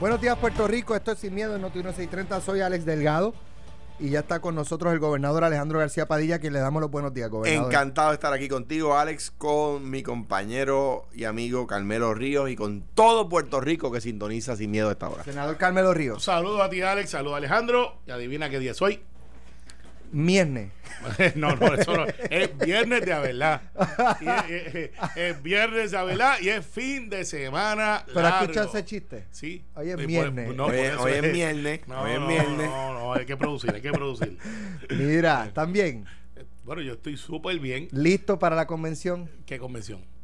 Buenos días, Puerto Rico. Esto es Sin Miedo en Noti 1630. Soy Alex Delgado. Y ya está con nosotros el gobernador Alejandro García Padilla, que le damos los buenos días, gobernador. Encantado de estar aquí contigo, Alex, con mi compañero y amigo Carmelo Ríos y con todo Puerto Rico que sintoniza sin miedo a esta hora. Senador Carmelo Un Ríos, saludo a ti, Alex. Saludo a Alejandro. Y adivina qué día es hoy. miércoles. no, no, eso no. Es viernes de Abelá. Y es, es- es- es viernes de Abelá y es fin de semana. Pero largo. escucha ese chiste. Sí. Hoy es Y por- viernes. no, por Hoy es- eso hoy es viernes, No, hoy es no, viernes. No, no, hay que producir, hay que producir. Mira, también, Bueno, yo estoy súper bien. listo para la convención. ¿Qué convención?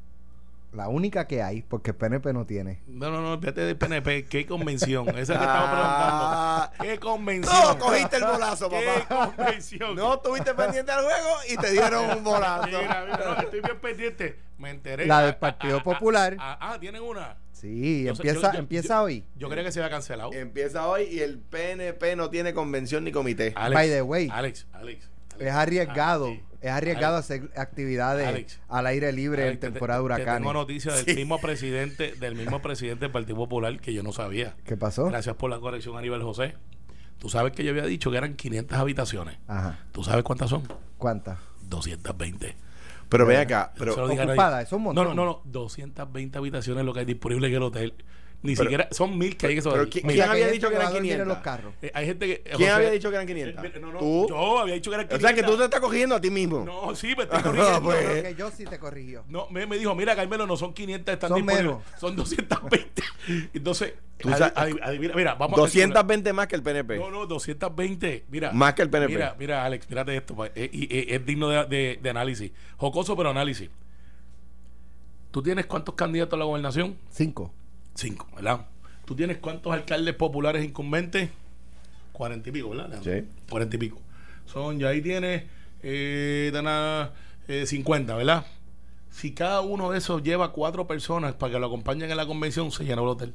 La única que hay, porque PNP no tiene. No, no, no, fíjate del PNP. ¿Qué convención? Esa es la que Ah. estamos preguntando. ¿Qué convención? No, cogiste el bolazo, ¿Qué papá. convención? No estuviste pendiente al juego y te dieron un Mira, bolazo. mira, no, estoy bien pendiente. Me enteré. La del Ah, Partido ah, ah, Popular. Ah, ah, tienen una. Sí, Yo sé- empieza, yo- yo- empieza yo- hoy. Eh, Yo creía que se había cancelado. Empieza hoy y el PNP no tiene convención ni comité. Alex, By the way. Alex, Alex. Alex, Es arriesgado, Ah, sí. es arriesgado Alex, hacer actividades Alex. al aire libre Alex, en te- temporada de te- te huracanes. Tengo noticias del Sí. mismo presidente, del mismo presidente del Partido Popular que yo no sabía. ¿Qué pasó? Gracias por la corrección, Aníbal José. Tú sabes que yo había dicho que eran 500 habitaciones. Ajá. ¿Tú sabes cuántas son? ¿Cuántas? 220. Pero ven acá, Pero, pero ocupada, eso es un montón. No, no, no, 220 habitaciones lo que hay disponible en el hotel. Ni siquiera, son mil que hay que pero sobre- ¿qui- mil. ¿quién Aquí había hay dicho gente que eran va a dormir en 500? los carros. Eh, hay gente que. ¿Quién José- había dicho que eran Eh, 500? mira, no, no, Tú. Yo había dicho que eran O 500. sea que tú te estás cogiendo a ti mismo. No, sí, me estoy corrigiendo. No, pues. Creo que yo sí te corrigió. No, me, me dijo, mira, Carmelo, no son 500, están Son disponibles. menos. Son 220. Entonces, Tú adi- sabes- adi- adivina, mira, vamos a calcular. 220 más que el PNP. No, no, 220. Mira. Más que el PNP. Mira, mira, Alex, mírate esto. pa- eh, y- eh, Es, digno de, de- de análisis. Jocoso, pero análisis. ¿Tú tienes cuántos candidatos a la gobernación? Cinco. Cinco, ¿verdad? ¿Tú tienes cuántos alcaldes populares incumbentes? Cuarenta y pico, ¿verdad? Leandro? Sí. Cuarenta y pico. Son, ya ahí tienes eh, de nada, eh, 50, ¿verdad? Si cada uno de esos lleva cuatro personas para que lo acompañen en la convención, se llenó el hotel.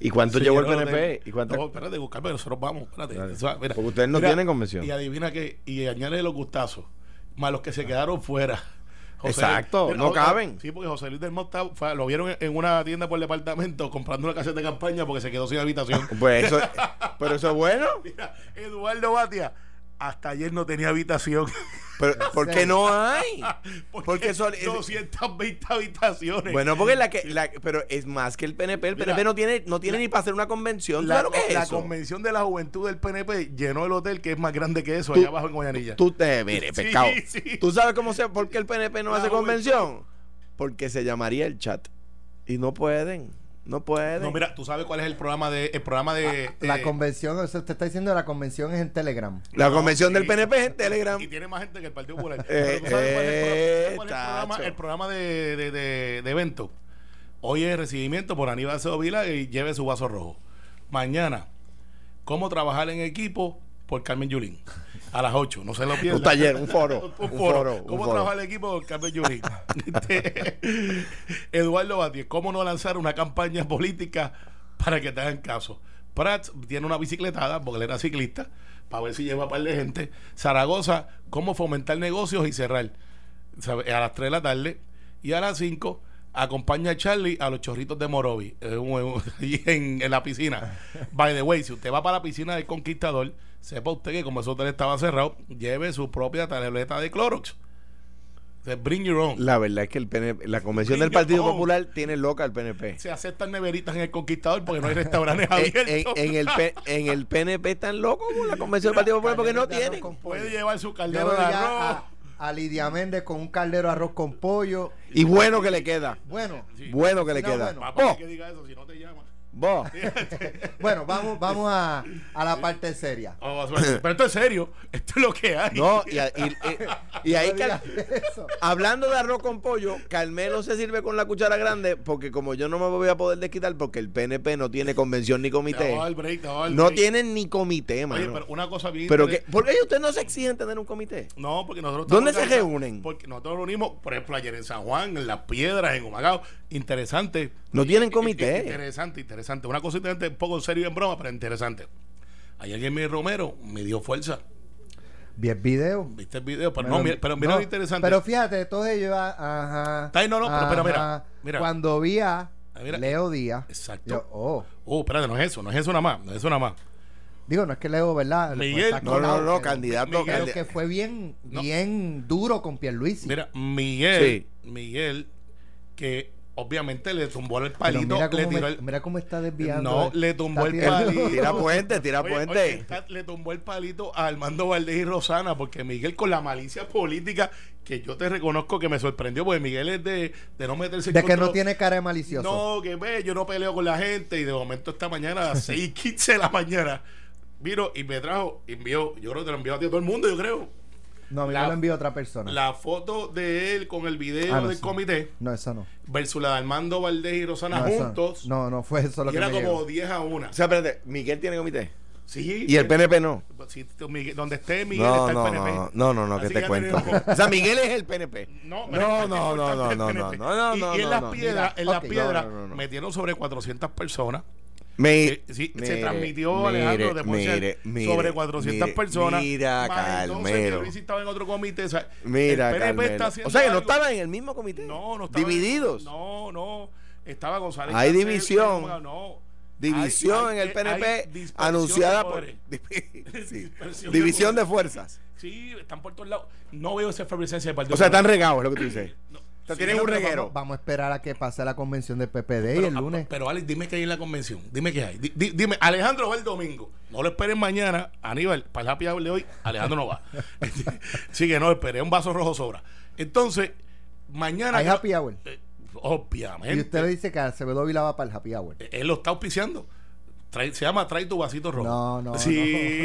¿Y cuánto Se llevó el llenó PNP? hotel. ¿Y cuánto? No, espérate, buscarme, nosotros vamos, espérate. Dale. O sea, mira, Porque ustedes no mira, tienen convención. Y adivina que, y añade los gustazos, más los que se quedaron fuera. Exacto, no José- caben. Sí, porque José Luis del Mota fue- lo vieron en- en una tienda por el departamento comprando una caseta de campaña porque se quedó sin habitación. Pues eso, pero eso es bueno. Mira, Eduardo Batia, hasta ayer no tenía habitación. Pero, ¿Por qué no hay? Porque son- 220 habitaciones. Bueno, porque la que, la- pero es más que el PNP. El Mira, PNP no tiene, no tiene ni para hacer una convención. la, claro que es la eso. convención de la juventud del PNP llenó el hotel que es más grande que eso Tú- allá abajo en Guayanilla. Tú te mire, Sí, pescado. sí. Tú sabes cómo se, por qué el PNP no La hace juventud. convención, porque se llamaría el chat y no pueden, no pueden. No, mira, tú sabes cuál es el programa de el programa de eh, La de- convención, o sea, usted está diciendo la convención es en Telegram. la No, convención sí. del PNP es en Telegram. Y tiene más gente que el Partido Popular. Eh, Pero tú sabes cuál es el, eh, pro- cuál es el programa, tacho. el programa de, de, de- de evento. Hoy es recibimiento por Aníbal Acevedo Vila y lleve su vaso rojo. Mañana, cómo trabajar en equipo por Carmen Yulín. A las 8, no se lo pierdan. Un taller, un foro, Un un foro. foro, un ¿Cómo foro. trabajar el equipo por Carmen Yulín? Este, Eduardo Batie, ¿cómo no lanzar una campaña política para que te hagan caso? Prats tiene una bicicletada, porque él era ciclista, para ver si lleva a par de gente. Zaragoza, ¿cómo fomentar negocios y cerrar? ¿Sabe? A las 3 de la tarde. Y a las 5, acompaña a Charlie a los chorritos de Morovi, eh, un- un- allí en, en la piscina. By the way, si usted va para la piscina del Conquistador, sepa usted que como ese hotel estaba cerrado, lleve su propia tableta de Clorox. O sea, Bring your own. La verdad es que el PNP, la convención Bring del Partido your own. Popular tiene loca al PNP. se aceptan neveritas en el Conquistador porque no hay restaurantes En, abiertos. en- en el, P- en el PNP están locos con la convención del Partido Pues Popular porque no Caldero de arroz tienen. con pollo. Puede llevar su Yo caldero veo de ya arroz. a, a Lidia Méndez con un caldero de arroz con pollo. Y bueno que le queda. Bueno, Bueno que le No, queda. bueno. Papá, Vos, que diga eso si no te llama. vos. bueno, vamos, vamos a, a la parte seria. Oh, suerte. pero esto es serio. Esto es lo que hay. No, y, a- y- y- y ahí No Cal- digas eso. hablando de arroz con pollo, Carmelo se sirve con la cuchara grande porque como yo no me voy a poder desquitar porque el PNP no tiene convención ni Te comité. va al break, te va al No break. tienen ni comité, Oye, mano. pero una cosa bien. Pero que inter- ¿por qué ustedes no se exigen tener un comité? No, porque nosotros. ¿Dónde estamos se cansados. reúnen? Porque nosotros nos reunimos, por ejemplo, ayer en San Juan, en Las Piedras, en Humacao. Interesante. No tienen Eh, comité. eh, Interesante, interesante. Una cosa interesante, un poco en serio y en broma, pero interesante. Ayer Guillermo Romero me dio fuerza. Vi el video. ¿Viste el video? Pero, Me no, lo- mira, pero mira no, lo interesante. Pero fíjate, todos ellos. ah, Ajá. Está ahí, no, no, pero- pero mira, ajá. mira. Cuando vi a Ah, mira. Leo Díaz. Exacto. Yo- oh. Oh, espérate, no es eso, no es eso nada más, no es eso nada más. Digo, no es que Leo, ¿verdad? Miguel. Está No, no, colado, no, pero- candidato. Miguel, Pero candi- que fue bien, No. bien duro con Pierluisi. Mira, Miguel, Miguel, que obviamente le tumbó el Pero palito, mira, cómo le tiró me- el, mira cómo está desviando. No, eh. le tumbó Está el tirando- palito. Tira puente, tira Oye, oye, puente. está- le tumbó el palito a Armando Valdés y Rosana, porque Miguel, con la malicia política que yo te reconozco que me sorprendió, porque Miguel es de, de no meterse en De que contra- no tiene cara de malicioso. No, que ve, yo no peleo con la gente. Y de momento, esta mañana, a las 6 y 15 de la mañana, vino y me trajo, envió, yo creo que te lo envió a ti a todo el mundo, yo creo. No, a mí me La- lo envió otra persona. La foto de él con el video Ah, no, del sí. comité No, esa no. versus la de Armando Valdés y Rosana No, esa- juntos. no, no fue eso lo y que era me como llegó. 10 a 1. O sea, espérate, Miguel tiene comité. Sí, Y el PNP no. si tú, Miguel- donde esté Miguel No, está el no, PNP. no, no, no, no, que Así te ya cuento. tenemos- O sea, Miguel es el PNP. No, pero no, es no, no, no, importante no, el no, PNP. no, Y, no, y en no, las no. piedras, en Mira, las ok. piedras, No, no, no, no. metieron sobre 400 personas. Me- Eh, sí, mire, se transmitió Alejandro de Ponce mire, mire, sobre 400 mire, personas. Mira, más entonces Calmero. Pierluisi estaba en otro comité. o sea, Mira, el PNP está Calmero. haciendo O sea, que no algo- estaban en el mismo comité. no, no estaba- Divididos. No, no. Estaba González. Hay Cancel, división. Elba, no. División Hay- en el hay- PNP hay dispersión anunciada de por. poderes. Sí. Dispersión de División de fuerzas. Sí, están por todos lados. No veo esa efervescencia del partido. O sea, están Popular. regados, es lo que tú dices. No. O sea, Sí, tienen no, un pero reguero. Vamos, vamos a esperar a que pase la convención del PPD y Pero, el ah, lunes. Pero Alex, dime qué hay en la convención. Dime qué hay. Di- di- dime, Alejandro va el domingo. No lo esperen mañana. Aníbal, para el happy hour de hoy, Alejandro no va. Así que no, esperé un vaso rojo sobra. Entonces, mañana. Hay happy hour. Eh, Y obviamente. usted le dice que Acevedo Vila va para el happy hour. Él lo está auspiciando. Trae- se llama Trae tu vasito rojo. No, no, Sí,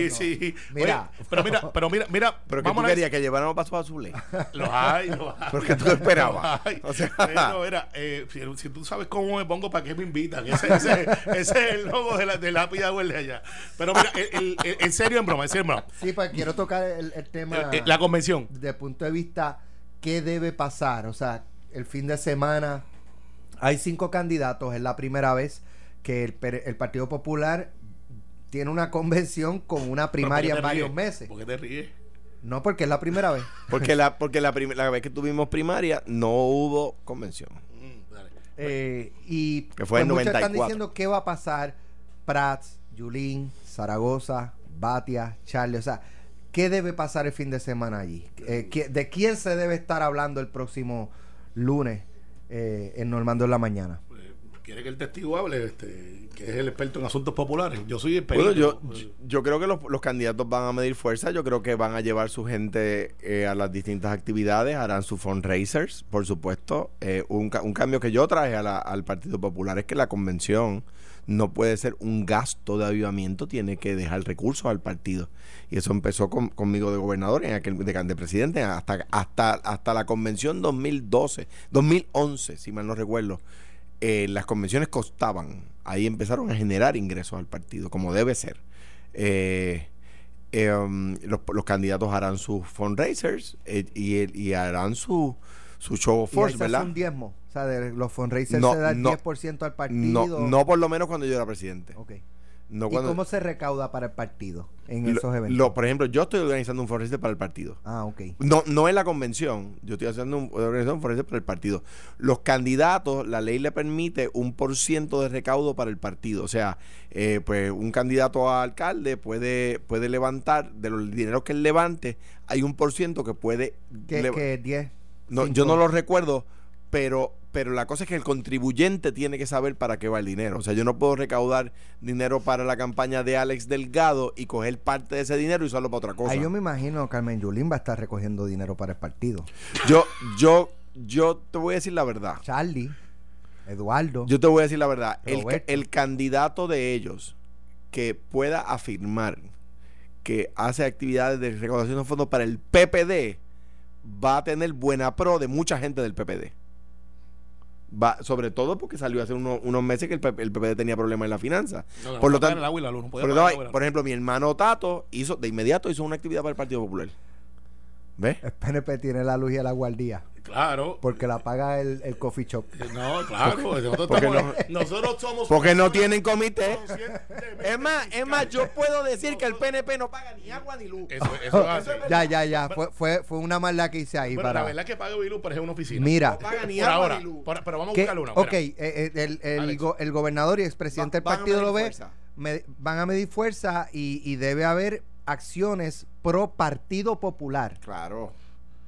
no, no. sí. Mira. Oye, pero mira, pero mira, mira. Pero que vamos tú a querías que lleváramos paso a Zule. Los hay, los hay. Porque tú esperabas. Ay, O sea, pero era, eh, si, si tú sabes cómo me pongo, ¿para qué me invitan? Ese, ese- ese es el logo de la, de la Pia Huel de allá. Pero mira, el- el- el- en serio, en broma, en serio, en broma. Sí, pues quiero tocar el, el tema Eh, eh, La convención. desde el punto de vista qué debe pasar. O sea, el fin de semana hay cinco candidatos. Es la primera vez que el, per- el Partido Popular tiene una convención con una primaria en ¿Por qué te varios ríes? meses. ¿Por qué te ríes? No, porque es la primera vez. Porque la, porque la, prim- la vez que tuvimos primaria no hubo convención. Mm, dale. Eh, y pues Que fue en muchos están 94. diciendo qué va a pasar Prats, Yulín, Zaragoza, Batia, Charlie. O sea, ¿qué debe pasar el fin de semana allí? Eh, ¿qué- ¿De quién se debe estar hablando el próximo lunes eh, en Normando en la mañana? Eh, ¿Quiere que el testigo hable? Este, que es el experto en asuntos populares. Yo soy el Bueno, perito. yo, Eh, yo creo que los, los candidatos van a medir fuerza, yo creo que van a llevar su gente eh, a las distintas actividades, harán sus fundraisers, por supuesto. Eh, un, ca- un cambio que yo traje a la- al Partido Popular es que la convención no puede ser un gasto de avivamiento, tiene que dejar recursos al partido. Y eso empezó con- conmigo de gobernador, en aquel, de, can- de presidente, hasta, hasta, hasta la convención 2012, 2011, si mal no recuerdo eh, las convenciones costaban. Ahí empezaron a generar ingresos al partido, como debe ser. Eh, eh, um, los, los candidatos harán sus fundraisers eh, y, el- y harán su, su show of Y ahí force, se hace ¿verdad? un diezmo. O sea, de los fundraisers No, se da el no. 10% al partido. No, no por lo menos cuando yo era presidente. Ok. No ¿Y cuando, cómo se recauda para el partido en lo- esos eventos? lo- por ejemplo, yo estoy organizando un fundraiser para el partido. ah, ok. No, no en la convención. Yo estoy haciendo un- una organización por ejemplo, para el partido. Los candidatos, la ley le permite un por ciento de recaudo para el partido. O sea, eh, pues un candidato a alcalde puede, puede levantar, de los dineros que él levante, hay un por ciento que puede... ¿Qué, le- qué 10? no, yo no lo recuerdo, pero, pero la cosa es que el contribuyente tiene que saber para qué va el dinero. O sea, yo no puedo recaudar dinero para la campaña de Alex Delgado y coger parte de ese dinero y usarlo para otra cosa. Ahí yo me imagino Carmen Yulín va a estar recogiendo dinero para el partido. Yo, yo, yo te voy a decir la verdad. Charlie, Eduardo. Yo te voy a decir la verdad. El, ca- Roberto. el candidato de ellos que pueda afirmar que hace actividades de recaudación de fondos para el PPD va a tener buena pro de mucha gente del PPD. Va, sobre todo porque salió hace uno- unos meses que el, PP el PPD tenía problemas en la finanza. no, no por lo podía pagar tanto- el agua y la luz, no podía Pero, pagar el no, agua y la por luz. ejemplo, mi hermano Tato hizo de inmediato hizo una actividad para el Partido Popular. ¿Ves? El PNP tiene la luz y la guardia. Claro. Porque la paga el, el coffee shop. Eh, No, claro. nosotros, porque estamos- nosotros somos. Porque no tienen comité. conscientemente Es más, es más, yo fiscales. puedo decir que el PNP no paga ni agua ni luz. Eso, eso es así. Ya, ya, ya. Fue, fue, fue una maldad que hice ahí. Bueno, para... la verdad es que pago Bilú parece una oficina. Mira. paga ni por agua ahora. ni luz. por- pero vamos a que- buscar una. ok, mira. eh, eh, el, el Alex. go- el gobernador y expresidente Va- del van a partido medir lo ve. fuerza. me- van a medir fuerza y, y debe haber acciones pro Partido Popular. Claro.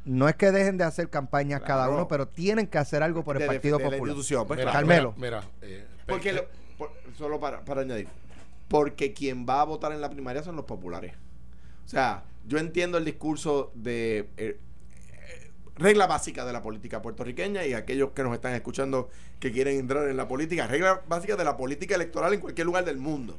No es que dejen de hacer campañas cada Claro. uno, pero tienen que hacer algo por el De- de- Partido de la Popular. institución, pues, Mira, claro. Carmelo. Mira, mira, eh, Porque lo- por- solo para, para añadir, porque quien va a votar en la primaria son los populares. O sea, yo entiendo el discurso de eh, eh, regla básica de la política puertorriqueña y aquellos que nos están escuchando que quieren entrar en la política, regla básica de la política electoral en cualquier lugar del mundo.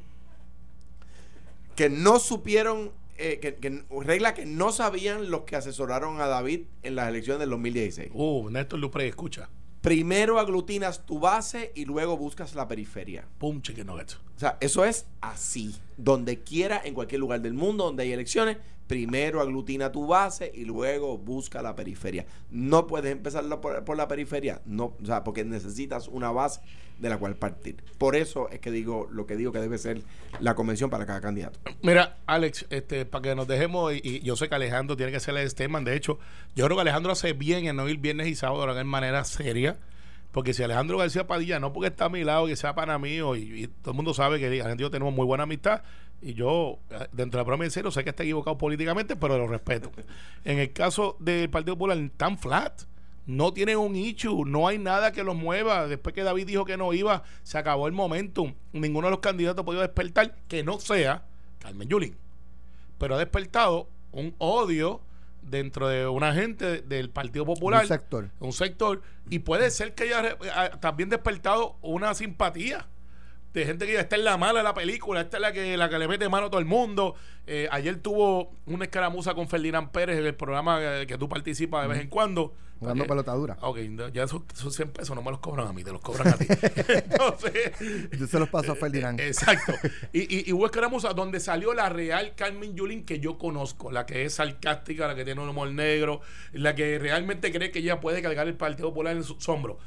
Que no supieron, eh, que, que- regla que no sabían los que asesoraron a David en las elecciones del 2016. Uh, Néstor Luprey, escucha. Primero aglutinas tu base y luego buscas la periferia. Pum, chicken nuggets. O sea, eso es así. Donde quiera, en cualquier lugar del mundo donde hay elecciones, primero aglutina tu base y luego busca la periferia. No puedes empezar la- por, por la periferia, no, o sea, porque necesitas una base de la cual partir. Por eso es que digo lo que digo que debe ser la convención para cada candidato. Mira, Alex, este, para que nos dejemos, y, y yo sé que Alejandro tiene que ser el Esteban, de hecho, yo creo que Alejandro hace bien en no ir viernes y sábado ahora en manera seria, porque si Alejandro García Padilla, no porque está a mi lado, que sea pana mío, y, y todo el mundo sabe que Alejandro y yo tenemos muy buena amistad, y yo, eh, dentro de la broma en serio, sé que está equivocado políticamente, pero lo respeto. En el caso del Partido Popular, tan flat, no tienen un issue, no hay nada que los mueva. Después que David dijo que no iba, se acabó el momentum. Ninguno de los candidatos ha podido despertar que no sea Carmen Yulín. Pero ha despertado un odio dentro de una gente del Partido Popular, Un sector. un sector, y puede ser que haya eh, ah, también despertado una simpatía de gente que ya está en la mala de la película, esta es la que, la que le mete mano a todo el mundo. Eh, ayer tuvo una escaramuza con Ferdinand Pérez en el programa eh, que tú participas de vez en cuando. Jugando Eh, pelotadura. Ok, no, ya esos, esos 100 pesos no me los cobran a mí, te los cobran a ti. Entonces, Yo se los Eh, paso a Ferdinand. Exacto. Y, y, y Huesca Ramosa, donde salió la real Carmen Yulín que yo conozco, la que es sarcástica, la que tiene un humor negro, la que realmente cree que ella puede cargar el Partido Popular en sus hombros.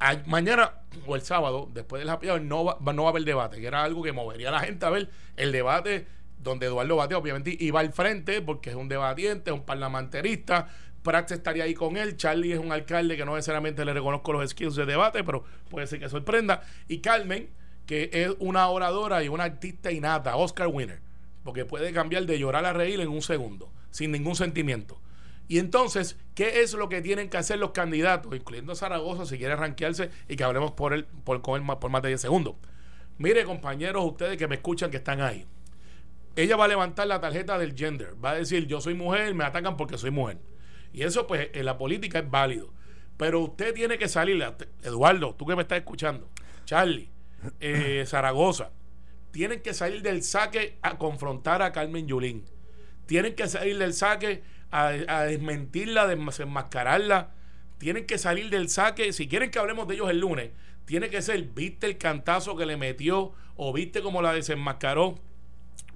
A- mañana o el sábado, después del happy hour, no va, va- no va a haber debate, que era algo que movería a la gente a ver el debate donde Eduardo Batea obviamente iba al frente porque es un debatiente, es un parlamentarista. Prats estaría ahí con él. Charlie es un alcalde que no necesariamente le reconozco los skills de debate, pero puede ser que sorprenda. Y Carmen, que es una oradora y una artista innata, Oscar winner, porque puede cambiar de llorar a reír en un segundo, sin ningún sentimiento. Y entonces, ¿qué es lo que tienen que hacer los candidatos, incluyendo a Zaragoza, si quiere ranquearse y que hablemos por él, por, con él más- por más de 10 segundos? Mire, compañeros, ustedes que me escuchan, que están ahí. Ella va a levantar la tarjeta del gender, va a decir, yo soy mujer, me atacan porque soy mujer. Y eso, pues, en la política es válido. Pero usted tiene que salir, a- Eduardo, tú que me estás escuchando, Charlie, eh, Zaragoza, tienen que salir del saque a confrontar a Carmen Yulín tienen que salir del saque a, a desmentirla, a desenmascararla. Tienen que salir del saque. Si quieren que hablemos de ellos el lunes, tiene que ser, viste el cantazo que le metió o viste cómo la desenmascaró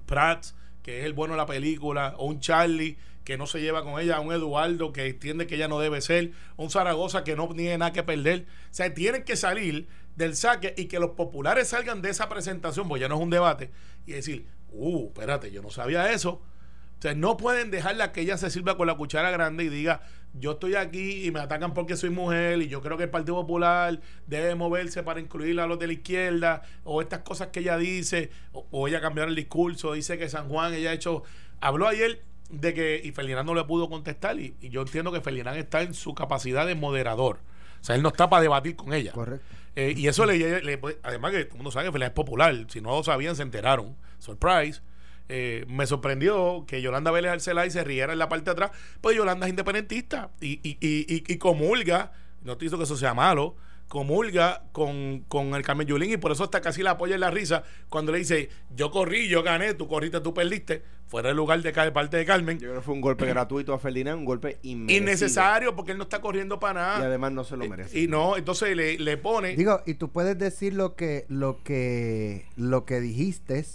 Prats, que es el bueno de la película, o un Charlie que no se lleva con ella, un Eduardo que entiende que ella no debe ser, un Zaragoza que no tiene nada que perder. O sea, tienen que salir del saque y que los populares salgan de esa presentación, porque ya no es un debate, y decir, uh, espérate, yo no sabía eso. O sea, no pueden dejarla que ella se sirva con la cuchara grande y diga, yo estoy aquí y me atacan porque soy mujer y yo creo que el Partido Popular debe moverse para incluir a los de la izquierda o estas cosas que ella dice o, o ella cambiar el discurso, dice que San Juan, ella ha hecho, habló ayer de que, y Ferdinand no le pudo contestar y, y yo entiendo que Ferdinand está en su capacidad de moderador. O sea, él no está para debatir con ella. Correcto. Eh, y eso le, le- Además, que todo el mundo sabe que Fela es popular. Si no lo sabían, se enteraron. Surprise. Eh, me sorprendió que Yolanda Vélez Arcelay se riera en la parte de atrás. Pues Yolanda es independentista y, y, y, y- y comulga. No te hizo que eso sea malo. Comulga con, con el Carmen Yulín y por eso hasta casi la apoya en la risa cuando le dice: Yo corrí, yo gané, tú corriste, tú perdiste. Fuera el lugar de, ca- de parte de Carmen. creo que fue un golpe gratuito a Ferdinand, un golpe Innecesario porque él no está corriendo para nada. no se Y, no, entonces le, le pone. Digo, y tú puedes decir lo que, lo que, lo que dijiste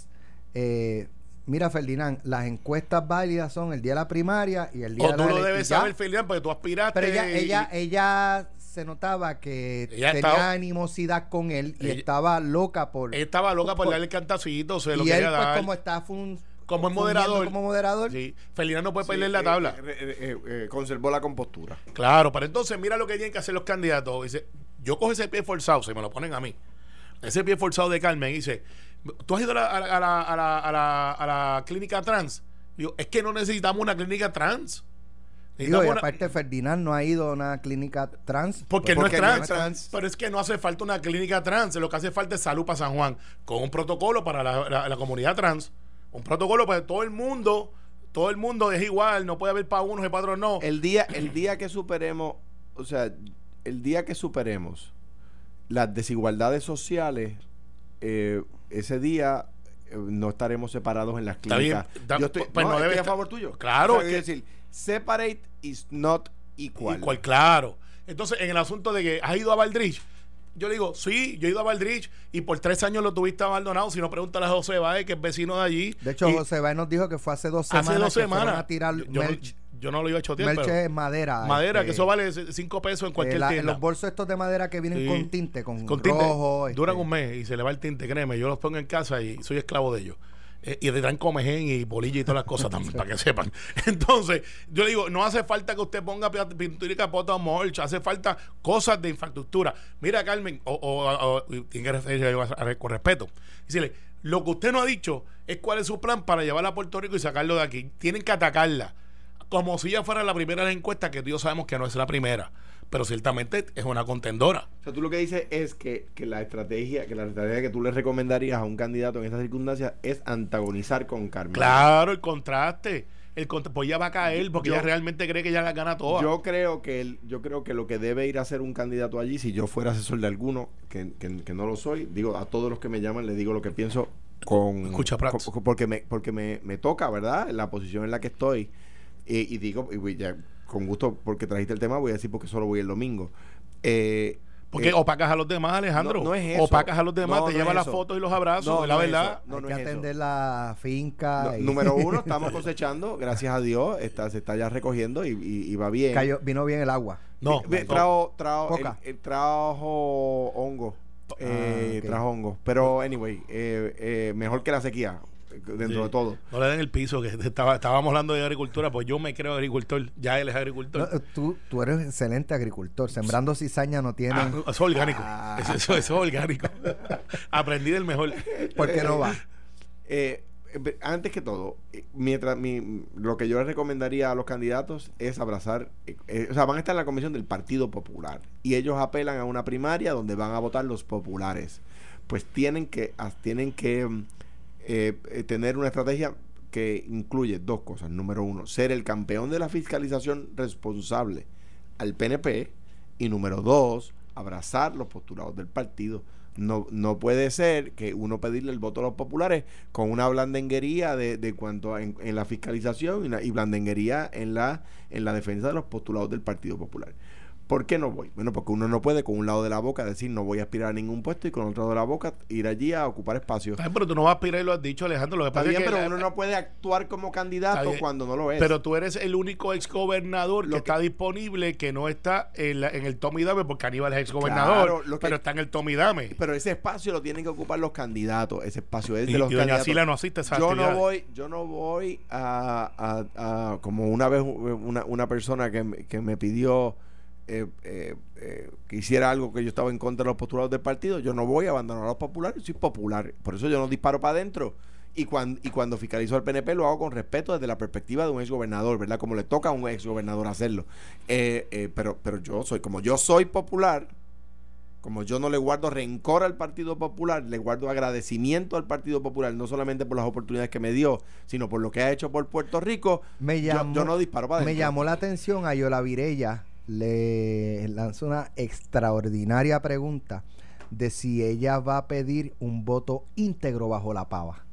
eh, Mira, Ferdinand, las encuestas válidas son el día de la primaria y el día O de tú la lo ele- debes y ya. saber, Ferdinand, porque tú aspiraste. Pero ella, y- ella, ella se notaba que Ella tenía estaba- animosidad con él y Ella- estaba loca por. ella estaba loca por darle el cantacito, se lo y él, quería pues, dar. como está fun- Como es fungiendo moderador. Como moderador. Sí, Ferdinand no puede perder Sí, la eh, tabla. eh, eh, eh, eh, conservó la compostura. Claro, pero entonces mira lo que tienen que hacer los candidatos. Dice, yo cojo ese pie forzado, se me lo ponen a mí. Ese pie forzado de Carmen dice, ¿tú has ido a la, a la- a la- a la- a la- a la clínica trans? Digo, es que no necesitamos una clínica trans. Digo, Necesitamos y una- aparte, Ferdinand no ha ido a una clínica trans. porque no es porque no trans, es trans. Pero es que no hace falta una clínica trans. Lo que hace falta es salud para San Juan, con un protocolo para la, la- la comunidad trans. Un protocolo para todo el mundo. Todo el mundo es igual, no puede haber para unos y para otros no. El día, el día que superemos, o sea, el día que superemos las desigualdades sociales, eh, ese día eh, no estaremos separados en las Está clínicas. bien, da- Yo estoy, pues no, no debe estoy a estar- favor tuyo. Claro, O sea, es es decir, separate is not equal. Igual, claro. Entonces, en el asunto de que has ido a Valdrich, yo le digo, sí, yo he ido a Valdrich y por tres años lo tuviste abandonado. Si no, pregúntale a José Baez, que es vecino de allí. De hecho, Y José Baez nos dijo que fue hace dos semanas. hace dos que fueron semanas. a tirar yo, yo no- merch. yo no lo iba a chotear, Merch pero es madera. madera, este, que eso vale c- cinco pesos en cualquier eh, la- tienda. Los bolsos estos de madera que vienen Sí. con tinte, con, Con tinte. rojo. este, Duran un mes y se le va el tinte, créeme. Yo los pongo en casa y soy esclavo de ellos. Eh, y de dan comején y bolilla y todas las cosas también, para que sepan. Entonces, yo le digo, no hace falta que usted ponga pi- pintura y capota o mulch, hace falta cosas de infraestructura. Mira, Carmen, o, o- o- y tiene que referirse yo a- a- con respeto. Decirle, lo que usted no ha dicho es cuál es su plan para llevarla a Puerto Rico y sacarlo de aquí. Tienen que atacarla como si ya fuera la primera de las encuestas, que Dios sabemos que no es la primera, pero ciertamente es una contendora. O sea, tú lo que dices es que, que la estrategia, que la estrategia que tú le recomendarías a un candidato en estas circunstancias es antagonizar con Carmen. Claro, el contraste. El contra- pues ella va a caer porque Yo- ella realmente cree que ya la gana todas. Yo creo que el- yo creo que lo que debe ir a hacer un candidato allí, si yo fuera asesor de alguno, que, que- que no lo soy, digo a todos los que me llaman, les digo lo que pienso con Escucha, Prats. con- con- porque me, porque me, me toca, ¿verdad? La posición en la que estoy. Eh, y digo, y voy ya, con gusto, porque trajiste el tema, voy a decir porque solo voy el domingo. Eh, porque eh, opacas a los demás, Alejandro. No, no es eso. Opacas a los demás, No, te no lleva es las eso. fotos y los abrazos. No, es la no es verdad. eso. No, hay no que es eso. atender la finca. no, y- número uno, estamos cosechando, gracias a Dios, está, se está ya recogiendo y, y- y va bien. cayó- vino bien el agua. No, Ve- no. trajo, trajo, Coca. el- el trajo hongo. Eh, ok. Trajo hongo. Pero, anyway, eh, eh, mejor que la sequía, eh, dentro Sí. de todo. No le den el piso, que estaba, estábamos hablando de agricultura, pues yo me creo agricultor, ya él es agricultor. eh, No, tú, tú eres excelente agricultor. Sembrando cizaña no tiene. Ah, eso es orgánico. Ah. Eso, eso- eso es orgánico. Aprendí del mejor. ¿Por qué no va? Eh, eh, antes que todo, eh, mientras mi, lo que yo les recomendaría a los candidatos es abrazar, eh, eh, o sea, van a estar en la convención del Partido Popular y ellos apelan a una primaria donde van a votar los populares. Pues tienen que, as- tienen que mm, eh, eh, tener una estrategia que incluye dos cosas. Número uno, ser el campeón de la fiscalización responsable al PNP y número dos, abrazar los postulados del partido. No, no puede ser que uno pedirle el voto a los populares con una blandenguería de, de cuanto a- en, en la fiscalización y, la- y blandenguería en la, en la defensa de los postulados del Partido Popular. ¿Por qué no voy? Bueno, porque uno no puede con un lado de la boca decir no voy a aspirar a ningún puesto y con otro lado de la boca ir allí a ocupar espacios. Ay, Pero tú no vas a aspirar y lo has dicho, Alejandro. Lo que Está pasa bien, es que pero la- uno no puede actuar como Está candidato bien. cuando no lo es. Pero tú eres el único exgobernador que, Pues. Lo que- está disponible que no está en, la- en el Tommy Dame, porque Aníbal es exgobernador, Claro, lo que- pero está en el Tommy Dame. Pero ese espacio lo tienen que ocupar los candidatos. Ese espacio es de Y, y los doña candidatos. Sila no asiste a esas yo no actividades. voy, yo no voy a, a- a- como una vez eh, una, una persona que, me- que me pidió eh, eh, eh, que hiciera algo que yo estaba en contra de los postulados del partido, yo no voy a abandonar a los populares, soy popular, por eso yo no disparo para adentro. Y, cuan- y cuando fiscalizo al PNP lo hago con respeto desde la perspectiva de un exgobernador, ¿verdad? Como le toca a un exgobernador hacerlo. Eh, eh, pero, pero yo soy, como yo soy popular, como yo no le guardo rencor al Partido Popular, le guardo agradecimiento al Partido Popular, no solamente por las oportunidades que me dio, sino por lo que ha hecho por Puerto Rico. Me Yo- llamó, yo, no disparo para me adentro. llamó la atención a Yola Virella. Le lanzó una extraordinaria pregunta de si ella va a pedir un voto íntegro bajo la pava.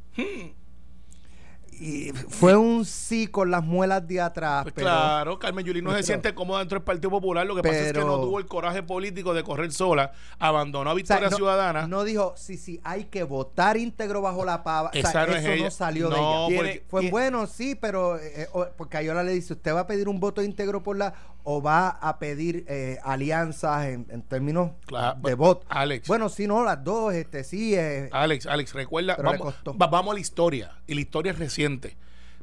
y fue un sí con las muelas de atrás. Pues pero- claro, Carmen Yulín no se pero- siente cómoda dentro del Partido Popular. Lo que pasa es que pero- no tuvo el coraje político de correr sola. Abandonó a o sea, Victoria no- Ciudadana. No dijo, sí, sí, hay que votar íntegro bajo la pava. O sea, Esa no eso es ella. no salió de No, ella. porque- Tiene- fue tiene- bueno, sí, pero eh, eh, o- porque Ayola le dice, ¿usted va a pedir un voto íntegro por la o va a pedir eh, alianzas en, en términos Claro, pues, de voto? Alex. Bueno, sí, no, las dos, este sí, eh, Alex, Alex, recuerda, Pero le vamos, costó. va- vamos a la historia, y la historia es reciente.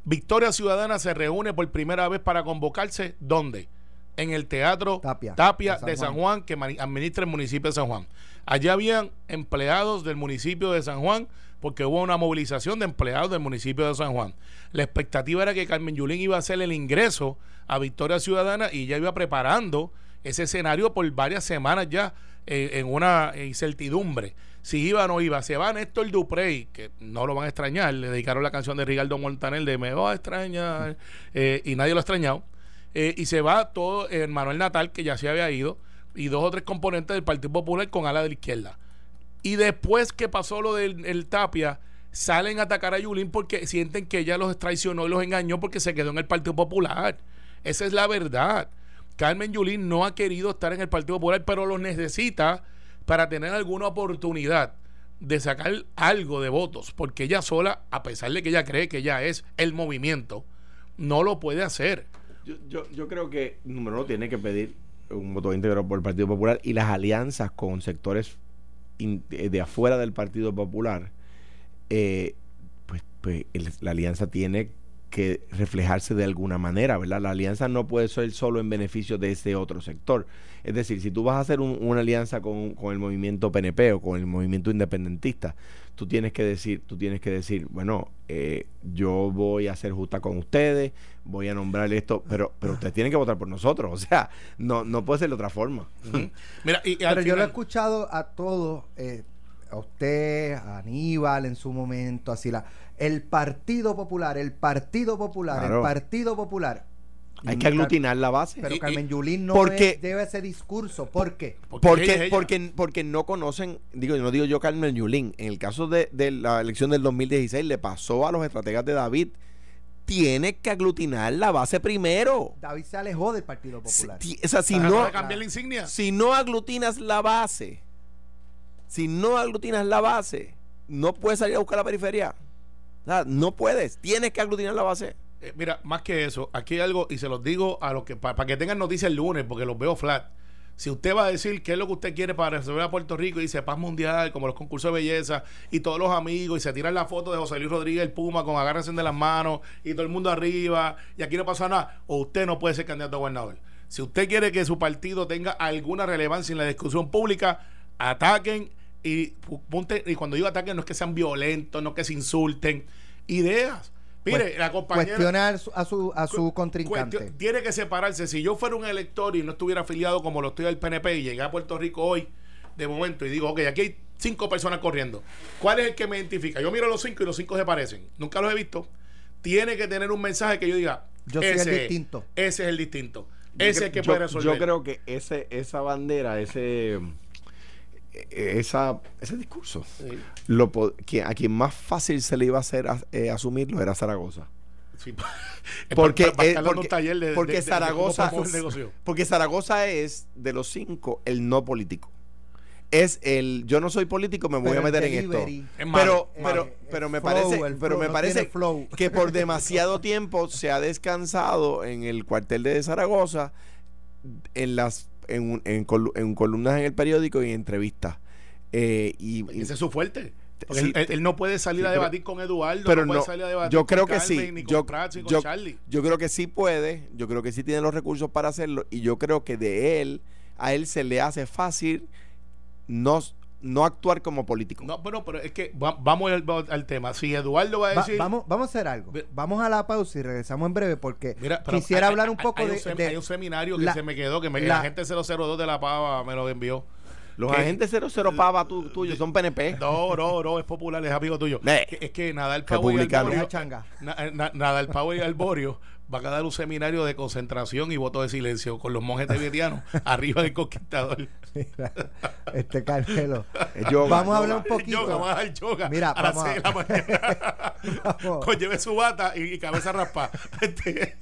Victoria Ciudadana se reúne por primera vez para convocarse, ¿dónde? En el Teatro Tapia, de San de San Juan. Juan. que mani- administra el municipio de San Juan. Allá habían empleados del municipio de San Juan porque hubo una movilización de empleados del municipio de San Juan. La expectativa era que Carmen Yulín iba a hacer el ingreso a Victoria Ciudadana y ya iba preparando ese escenario por varias semanas ya eh, en una incertidumbre. Si iba o no iba. Se va Néstor Duprey, que no lo van a extrañar. Le dedicaron la canción de Ricardo Montaner de Me va a extrañar. eh, y nadie lo ha extrañado. Eh, y se va todo eh, Manuel Natal, que ya se había ido, y dos o tres componentes del Partido Popular con ala de la izquierda. Y después que pasó lo del el Tapia, salen a atacar a Yulín porque sienten que ella los traicionó y los engañó porque se quedó en el Partido Popular. Esa es la verdad. Carmen Yulín no ha querido estar en el Partido Popular, pero los necesita para tener alguna oportunidad de sacar algo de votos, porque ella sola, a pesar de que ella cree que ella es el movimiento, no lo puede hacer. Yo, yo, yo creo que, número uno, tiene que pedir un voto íntegro por el Partido Popular y las alianzas con sectores in- de de afuera del Partido Popular, eh, pues, pues, el- la alianza tiene que reflejarse de alguna manera, ¿verdad? La alianza no puede ser solo en beneficio de ese otro sector. Es decir, si tú vas a hacer un- una alianza con, con el movimiento PNP o con el movimiento independentista, tú tienes que decir, tú tienes que decir, bueno, eh, yo voy a ser justa con ustedes, voy a nombrar esto, pero, pero ustedes tienen que votar por nosotros. O sea, no, no puede ser de otra forma. Mira, y, y Pero yo al lo he final- escuchado a todos, eh, a usted, a Aníbal en su momento, así la. El Partido Popular, el Partido Popular, Claro. el Partido Popular. Hay que aglutinar la base. Pero Y- Carmen y- Yulín no porque- es- debe ese discurso. ¿Por qué? ella es Porque, ella. porque, porque no conocen, digo, no digo yo Carmen Yulín, en el caso de, de la elección del 2016 le pasó a los estrategas de David, tiene que aglutinar la base primero. David se alejó del Partido Si- Popular. ti- o sea, si Ah, no, ¿para cambiar la insignia? si no aglutinas la base, si no aglutinas la base, no puedes salir a buscar la periferia. O sea, no puedes, tienes que aglutinar la base. Eh, mira, más que eso, aquí hay algo, y se los digo a los que para que tengan noticias el lunes, porque los veo flat. Si usted va a decir qué es lo que usted quiere para resolver a Puerto Rico y dice paz mundial, como los concursos de belleza y todos los amigos, y se tiran la foto de José Luis Rodríguez, el Puma, con agárrense de las manos y todo el mundo arriba, y aquí no pasa nada, o usted no puede ser candidato a gobernador. Si usted quiere que su partido tenga alguna relevancia en la discusión pública, ataquen y, pu- punte- y cuando digo ataquen no es que sean violentos, no es que se insulten, ideas. Mire, Cuest- la compañera... Cuestiona a su, a su, a su contrincante. Cuestión- tiene que separarse. Si yo fuera un elector y no estuviera afiliado como lo estoy al PNP y llegué a Puerto Rico hoy, de momento, y digo, ok, aquí hay cinco personas corriendo. ¿Cuál es el que me identifica? Yo miro a los cinco y los cinco se parecen. Nunca los he visto. Tiene que tener un mensaje que yo diga, Yo soy el ese es, distinto. Ese es el distinto. Ese es el que Yo- puede resolver. Yo creo que ese, esa bandera, ese, e, esa, ese discurso, Sí, lo, po- que a quien más fácil se le iba a hacer as- eh, asumirlo era Zaragoza. sí. Porque, Para- para eh, estar dando porque- un taller de- de- porque de- de cómo Zaragoza- promover el negocio. Porque Zaragoza es, de los cinco, el no político. Es el, yo no soy político, me voy Pero a meter el en esto. delivery, Es malo, Pero, eh, pero, el pero me flow, parece, el pero flow, me no parece tiene flow. que por demasiado tiempo se ha descansado en el cuartel de Zaragoza, en las, en, un- en colu- en columnas en el periódico y en entrevistas. Eh, y, y- Ese es su fuerte. Porque Sí, él, él- él no puede salir sí, a pero- debatir con Eduardo, pero no puede no, salir a debatir yo creo con que sí, Carmen, ni yo- con Prats, ni con yo- Charlie. Yo creo que sí puede, yo creo que sí tiene los recursos para hacerlo y yo creo que de él, a él se le hace fácil no, no actuar como político. No, pero, pero es que va- vamos al, al tema. Si Eduardo va a Va- decir. vamos, vamos a hacer algo. Ve- Vamos a la pausa y regresamos en breve porque Mira, pero quisiera hay- hablar un hay- poco hay de- sem- de- hay un seminario que la- se me quedó, que me, la- la gente 002 de la Pava me lo envió. Los que- agentes 00 pava tu- tuyos son PNP. No, no, no, es popular, es amigo tuyo. Eh, Que- es que Nadal Pavo y eh, republicano. Arborio. Deja changa. Na- na- Nadal Pavo y Arborio van a dar un seminario de concentración y voto de silencio con los monjes tibetanos arriba del conquistador. Mira, este Carmelo. Es yoga, vamos a hablar un yoga. poquito. Yoga, vamos a dar yoga Mira, a las vamos a- seis de la mañana. Vamos. Con lleve su bata y, y cabeza raspa. Este,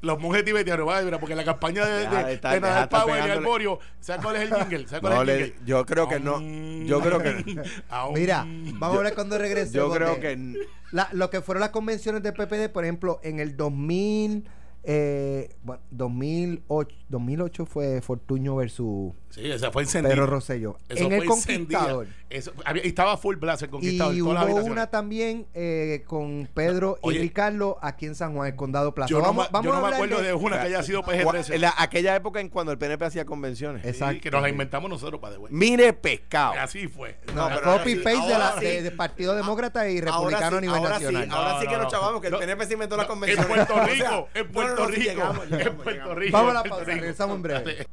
los monjes tibetanos, vale, mira, porque la campaña de, de, Deja de estar- de Nadal deja de estar Power y pegándole. Arborio, ¿sabes cuál es el jingle? ¿Sabes cuál No, es el le- jingle? yo creo que no. Yo creo que. Aún. Mira, vamos a hablar cuando regresemos. Yo creo de- que. n- La- lo que fueron las convenciones del PPD, por ejemplo, en el 2000, eh, bueno, 2008, 2008 fue Fortuño versus Sí, esa fue encendida. Pedro Rosselló. Eso en fue el encendida. Conquistador. Eso, había- estaba full blast el Y conquistador. en todas las hubo habitaciones. una también eh, con Pedro y Oye. Ricardo aquí en San Juan, el Condado Plaza. Yo no, vamos, me- vamos yo no a me hablar acuerdo de, de- una que haya sido Gua- PG-13. en la- aquella época en cuando el PNP hacía convenciones. Es- Sí, Exacto. que nos la inventamos nosotros, para de güey. Mire pescado. Así fue. no, No, pero ahora copy sí, paste de la- ahora sí. de- del Ah, Partido Demócrata y Ahora sí, Republicano a nivel ahora sí, nacional. ahora sí No, que no, nos no. chavamos, que No, el PNP se inventó las En convenciones. Puerto O sea, Rico, en no, no, Puerto no, sí, Rico, llegamos, en llegamos, Puerto llegamos. Rico. Vamos a en la Puerto pausa, Rico. regresamos en Este, breve.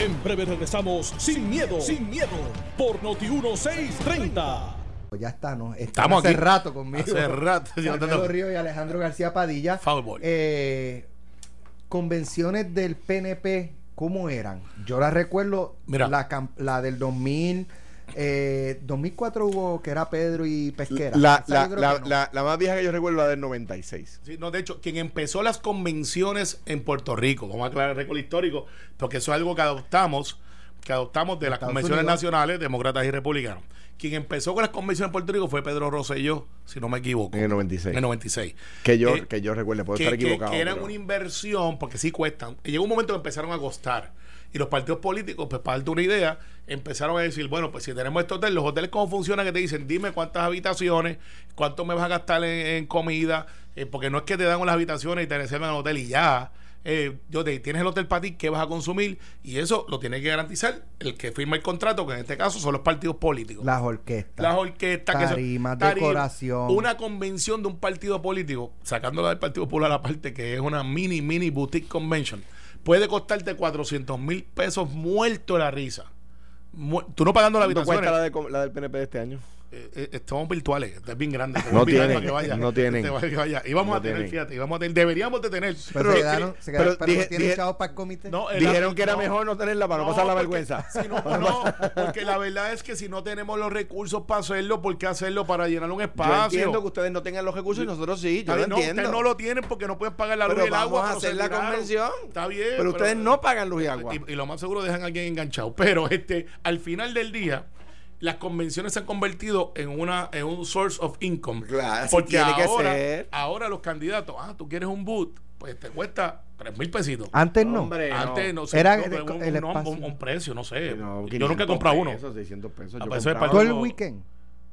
En breve regresamos sin miedo, sin miedo, por Noti 1630. pues Ya está, ¿no? Está Estamos hace aquí. rato conmigo. Hace rato, sí, no te- Carmelo Río y Alejandro García Padilla. Foul ball. Eh, convenciones del PNP, ¿cómo eran? Yo las recuerdo, Mira. La, cam- la del 2000, eh, 2004 hubo que era Pedro y Pesquera. La, Esa la, yo creo la, que no. la- la más vieja que yo recuerdo es la del 96. Sí, no, de hecho, quien empezó las convenciones en Puerto Rico, vamos a aclarar el récord histórico, porque eso es algo que adoptamos, que adoptamos de las Estados convenciones Unidos. nacionales, demócratas y republicanos. Quien empezó con las convenciones en Puerto Rico fue Pedro Rosselló, si no me equivoco, En el 96. en el 96. Que yo, Eh, que yo recuerde, puedo que, estar que- equivocado. que eran pero- una inversión, porque sí cuestan. Y llegó un momento que empezaron a costar. Y los partidos políticos, pues para darte una idea, empezaron a decir, bueno, pues si tenemos este hotel, los hoteles cómo funcionan, que te dicen, dime cuántas habitaciones, cuánto me vas a gastar en, en comida, eh, porque no es que te dan unas habitaciones y te reservan el hotel y ya. Eh, yo te tienes el hotel para ti, ¿qué vas a consumir? Y eso lo tiene que garantizar el que firma el contrato, que en este caso son los partidos políticos. Las orquestas. Las orquestas, que son- Tarimas, tarima, decoración. Una convención de un partido político, sacándola del Partido Popular aparte, que es una mini, mini boutique convention, puede costarte 400 mil pesos muerto de la risa. Mu- Tú no pagando la ¿Cuánto habitación. cuesta la, de com- la del PNP de este año? Eh, eh, estamos virtuales, esto es bien grande. No tienen, tienen, no tienen. Y vamos No a tener, tienen. fíjate, íbamos a tener, deberíamos de tener. Pero, pero- Pues se quedaron, se quedaron- pero pero dije- tienen dije- chavos para el comité. No, el- Dijeron que era no. mejor no tenerla para no, pasar la porque- vergüenza. sí, no, no, porque la verdad es que si no tenemos los recursos para hacerlo, ¿por qué hacerlo para llenar un espacio? Yo entiendo que ustedes no tengan los recursos y nosotros sí, yo Está lo bien, no, entiendo. ustedes no lo tienen porque no pueden pagar la luz Pero y el agua. vamos a pero hacer se la tiraron. convención. Está bien. pero ustedes no pagan luz y agua. Y, y lo más seguro dejan a alguien enganchado. Pero este, al final del día, las convenciones se han convertido en una en un source of income. Claro, así porque tiene que ahora, ser. ahora los candidatos, ah, tú quieres un boot, pues te cuesta tres mil pesitos. Antes no. Hombre, Antes no, sé, Era no, el- pero un, el un- un- espacio. un precio, no sé. No, yo 500 nunca he comprado uno. pesos, 600 pesos. Ah, yo pues eso es compraba. Todo el como- weekend.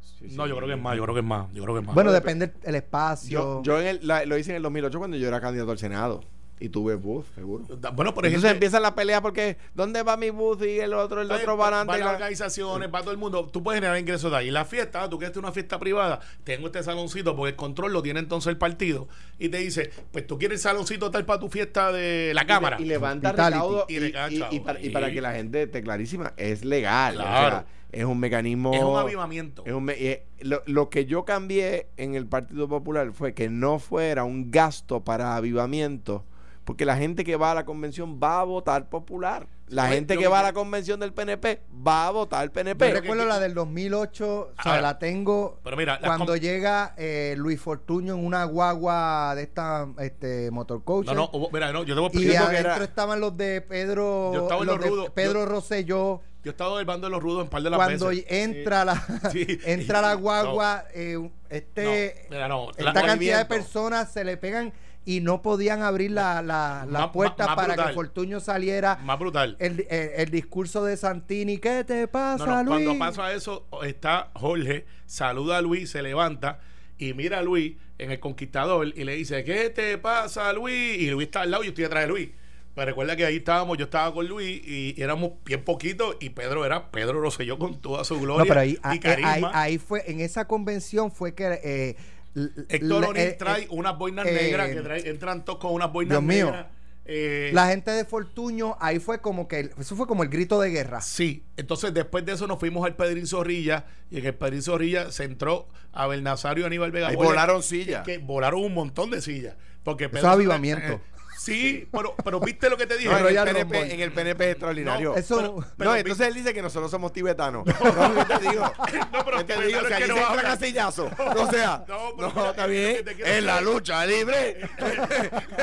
Sí, sí, No, yo creo que es más, yo creo que es más, yo creo que es más. Bueno, depende el espacio. Yo, yo en el- la- lo hice en el 2008 cuando yo era candidato al Senado. Y tuve bus, seguro. Da- bueno, por Entonces ejemplo, empieza la pelea porque ¿dónde va mi bus y el otro, el Pues, otro Va- barante? va y Pues, las la- organizaciones, va todo el mundo. Tú puedes generar ingresos de ahí. La fiesta, ah, tú quieres tener una fiesta privada, tengo este saloncito, porque el control lo tiene entonces el partido. Y te dice, pues tú quieres el saloncito tal para tu fiesta de la cámara. Y levanta Hospitality. recaudo. Y Y, recacha, y- y para, y sí. para que la gente esté clarísima, es legal. o Claro. sea, es un mecanismo. es un avivamiento. es un me- y es- lo, lo que yo cambié en el Partido Popular fue que no fuera un gasto para avivamiento, porque la gente que va a la convención va a votar popular. La Pues, gente yo que va a creo- la convención del PNP va a votar Yo PNP. recuerdo la del 2008, o sea, Ahora, la tengo pero mira, las cuando com- llega eh, Luis Fortuño en una guagua de esta este, motorcoach. no, no, hubo- mira, no, yo te voy a y explicar porque adentro era- estaban los de Pedro, Yo estaba en los de rudos. Pedro Yo- Rosselló. yo he estado del bando de los rudos en par de las Cuando veces. entra la Sí. entra la guagua, eh, No, este mira, no, la- esta cantidad de movimiento. personas se le pegan y no podían abrir la, la, la Más- puerta más- más para brutal. que Fortuño saliera. más brutal. El, el- el discurso de Santini, ¿qué te pasa, No, no, Luis? Cuando pasa eso, está Jorge, saluda a Luis, se levanta y mira a Luis en el conquistador y le dice, ¿qué te pasa, Luis? Y Luis está al lado y yo estoy atrás de Luis. Pero recuerda que ahí estábamos, yo estaba con Luis y, y éramos bien poquitos y Pedro era Pedro Rosselló con toda su gloria No, pero ahí, ah, eh, y ahí, carisma. ahí- ahí fue, en esa convención fue que. eh, l- Héctor l- O'Neill eh, trae eh, unas boinas eh, negras que trae- entran todos con unas boinas Dios mío. negras. Eh, La gente de Fortuño, ahí fue como que, el- eso fue como el grito de guerra. Sí, entonces después de eso nos fuimos al Pedrín Zorrilla y en el Pedrín Zorrilla se entró a Bernazario y Aníbal Vega. Ahí Borges, volaron que- sillas. Que, volaron un montón de sillas. Porque eh, es avivamiento. sí, pero, pero viste lo que te dije. No, en, el Royal PNP, Rumble. en el PNP es extraordinario. No, Eso- pero- No, no, pero- entonces él dice que nosotros somos tibetanos. No, yo te digo. No, pero Yo te tibetano digo, es si que aquí no se entran habla. a sillazo. O sea, No, no, pero está mira, es lo bien. que te quiero En la decir. lucha libre.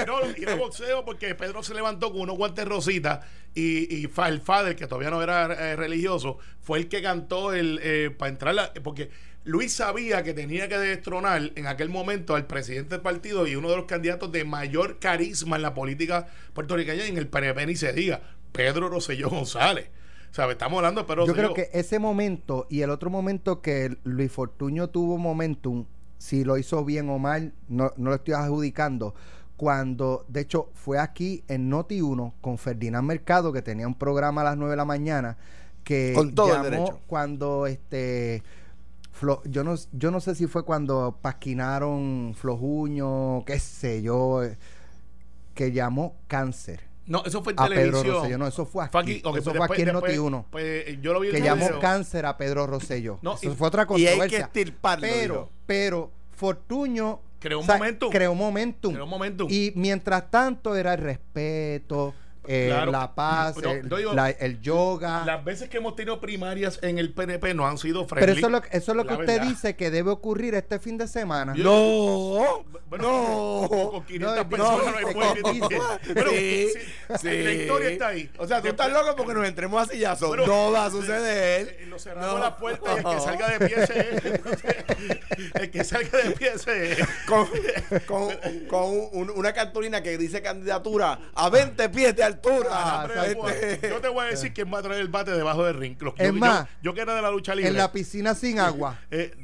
no, y no boxeo porque Pedro se levantó con unos guantes rositas y, y fa- el father, que todavía no era eh, religioso, fue el que cantó el eh, para entrar, la- porque Luis sabía que tenía que destronar en aquel momento al presidente del partido y uno de los candidatos de mayor carisma en la política puertorriqueña y en el PNP ni se diga, Pedro Rosselló González. ¿Sabes? Estamos hablando de Pedro Yo creo Rosselló. que ese momento y el otro momento que Luis Fortuño tuvo momentum, si lo hizo bien o mal, no, no lo estoy adjudicando. Cuando, de hecho, fue aquí en Noti 1 con Ferdinand Mercado, que tenía un programa a las 9 de la mañana, que Con todo el derecho. cuando este Flo- yo no yo no sé si fue cuando pasquinaron Flojuño, qué sé yo, eh, que llamó cáncer No, eso fue en a Pedro televisión. Rosselló. No, eso fue aquí. Fue aquí, ok, eso pues fue aquí en después- Noti 1 pues, yo lo vi en que el llamó video. cáncer a Pedro Rosselló. No, Eso y- fue otra y hay que controversia. extirparlo, Pero, digo. pero Fortuño Creó un momentum. Creó momentum. Creó un momentum. Y mientras tanto era el respeto, eh, Claro. la paz, Yo- el, yo digo, la- el yoga. Las veces que hemos tenido primarias en el PNP no han sido friendly. pero eso es lo, eso es lo que La usted verdad. dice que debe ocurrir este fin de semana. Yo- No. Bueno, No. Con 500 No, personas no no, hay no, muerte. no, Pero Sí, sí, sí. la historia está ahí. O sea, tú Después- estás loco porque nos entremos a sillazo. Bueno, no va a suceder. Eh, Lo No. cerramos la puerta y el que salga de pie se El que salga de pie se con, con, con un- un- una cartulina que dice candidatura a 20 pies de altura. Ah, Pero yo Este- voy- Yo te voy a decir quién va a traer el bate debajo del ring. Los- Es yo, más, yo, yo que era de la lucha libre. en la piscina sin agua. Eh,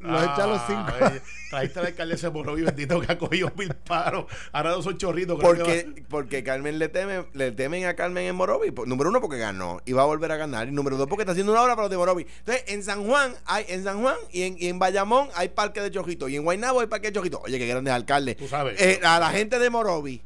Lo echa a los cinco. eh, Trajiste al alcalde de Morro y bendito que ha cogido mil paros. Ahora no son chorritos. creo que va- Porque, porque Carmen le teme, le temen a Carmen en Morovi. Por- Número uno, porque ganó y va a volver a ganar. Y número dos, porque está haciendo una obra para los de Morovi. Entonces, en San Juan, hay, en San Juan y en, y en Bayamón hay parque de Chojito. Y en Guaynabo hay parque de Chojito. Oye, qué grandes alcaldes. Tú sabes. Eh, a la gente de Morovi.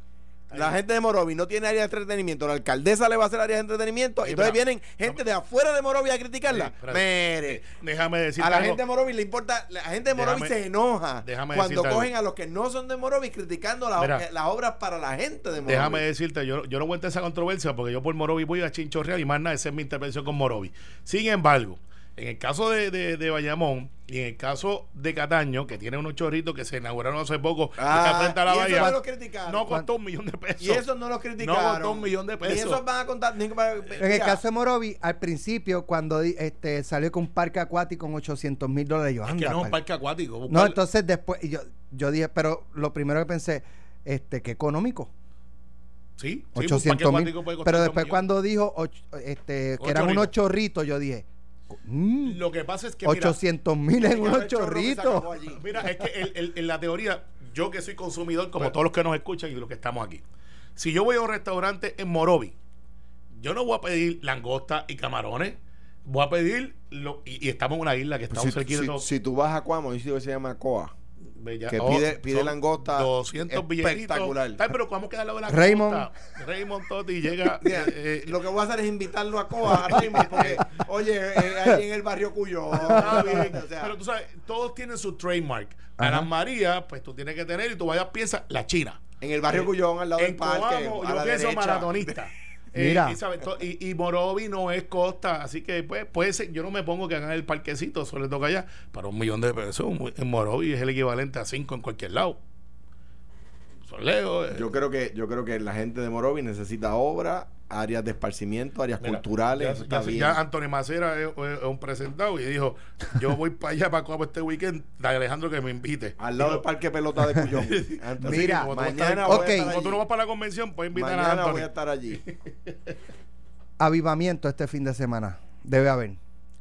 La gente de Morovi no tiene área de entretenimiento. La alcaldesa le va a hacer área de entretenimiento. Oye, entonces pero- vienen gente de afuera de Morovi a criticarla. Oye, pero- Mere. Déjame decir A la algo. gente de Morovis le importa, la gente de Morovis Déjame- se enoja déjame cuando decirte algo. cogen a los que no son de Morovis criticando la- Mira. las obras para la gente de Morovis. Déjame decirte, yo, yo no aguanto esa controversia porque yo por Morovi voy a chinchorrear y más nada, esa es mi intervención con Morovi. Sin embargo, en el caso de, de- de Bayamón y en el caso de Cataño, que tiene unos chorritos que se inauguraron hace poco, que Ah, está frente a la y eso bahía, no lo criticaron. no costó un millón de pesos. y eso no los criticaron. No botó un millón de pesos. Y esos van a contar. ni- para- En el mira, caso de Morovi, al principio, cuando di- este, salió con un parque acuático con 800 mil dólares, yo Es que anda, no es un pal- parque acuático. No, buscar- entonces después, y yo, yo dije, pero lo primero que pensé, este, que económico. sí, sí, un parque 800 mil. acuático puede costar Pero un después millón. cuando dijo och- este, que Ocho eran unos ritos. chorritos, yo dije, mm, Lo que pasa es que, mira, 800 mil en mira unos el chorro que se chorritos. acabó allí. Mira, es que el- el- en la teoría, yo que soy consumidor, como todos los que nos escuchan y los que estamos aquí, si yo voy a un restaurante en Morovi, yo no voy a pedir langosta y camarones, voy a pedir, lo, y, y estamos en una isla que estamos Si, cerquita de si- todo. si tú vas a Cuamo, hay un sitio que se llama Coa. Bella- que oh, pide- pide son langosta 200 billetitos. espectacular. Ay, pero ¿cómo queda al lado de la Raymond. costa? Raymond Totti llega. Mira, eh, eh, lo que voy a hacer es invitarlo a Coa, a Raymond, porque, oye, eh, ahí en el barrio Cuyo. Está Ah, bien. o sea, Pero tú sabes, todos tienen su trademark. Ajá. Ana María, pues tú tienes que tener y tú vayas piensa la China. en el barrio Cuyón, al lado del Eh, en parque. Coamo, a yo la pienso derecha. maratonista. Eh, Mira. y, ¿sabes? To- y, y Morovi no es costa, así que pues, puede ser, yo no me pongo que hagan el parquecito, eso le toca allá, para un millón de pesos mu- en Morovi es el equivalente a cinco en cualquier lado. Son lejos. eh. Yo creo que yo creo que la gente de Morovi necesita obra, áreas de esparcimiento, áreas Mira, culturales. ya- eso Ya, está bien. ya Antonio Macera es, es- es un presentado y dijo: Yo voy para allá, para Coamo este weekend, dale, Alejandro que me invite. Al lado del parque pelota de Cuyón. Antes- Mira, como tú mañana vas a estar- voy a ok. estar Como tú no vas para la convención, pues invitar a Mañana Antonio. voy a estar allí. Avivamiento este fin de semana, debe haber.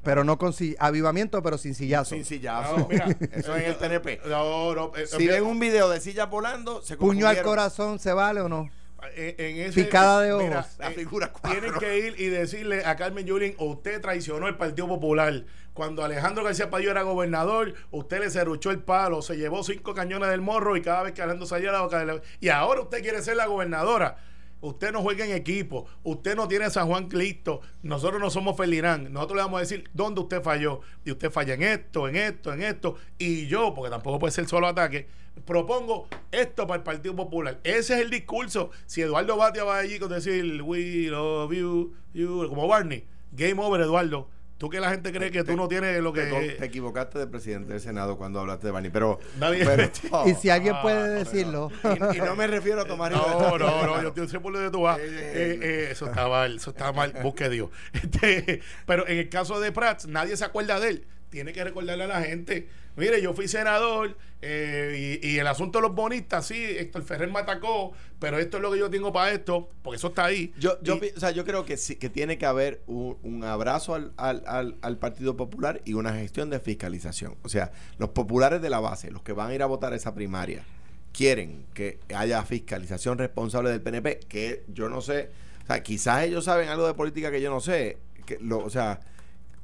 Pero no con si- avivamiento, pero sin sillazo. Sin sillazo. No, mira, Eso es en el TNP. No, no, eh, Si eh, ven un video de sillas volando, se Puño al confundieron. corazón, ¿se vale o no? eh, en- en ese- Picada de ojos. La eh, figura cuatro. Tienen que ir y decirle a Carmen Yulín, usted traicionó el Partido Popular. Cuando Alejandro García Padilla era gobernador, usted le cerruchó el palo, se llevó cinco cañones del morro y cada vez que Alejandro salía la boca de la- Y ahora usted quiere ser la gobernadora. usted no juega en equipo, usted no tiene a San Juan Cristo, nosotros no somos Felirán, nosotros le vamos a decir dónde usted falló, y usted falla en esto, en esto, en esto, y yo, porque tampoco puede ser solo ataque, propongo esto para el Partido Popular. Ese es el discurso. Si Eduardo Batia va allí con decir, we love you, you, como Barney, game over, Eduardo. Tú que la gente cree que tú no tienes lo que... Te, te equivocaste de presidente del Senado cuando hablaste de Bani, pero. Nadie- pero- oh. Y si alguien puede Ah, decirlo. Y- y no me refiero a tomar No, no, no, yo, yo sé por dónde tú vas. Eh, eh, eso está mal, eso está mal, busque Dios. Este, pero en el caso de Prats, nadie se acuerda de él. Tiene que recordarle a la gente. Mire, yo fui senador eh, y, y el asunto de los bonistas, sí, Héctor Ferrer me atacó, pero esto es lo que yo tengo para esto, porque eso está ahí. Yo, yo, Y- pi- o sea, yo creo que sí, que tiene que haber un, un abrazo al, al- al- al Partido Popular y una gestión de fiscalización. O sea, los populares de la base, los que van a ir a votar esa primaria, quieren que haya fiscalización responsable del PNP, que yo no sé, o sea, quizás ellos saben algo de política que yo no sé, que lo, o sea,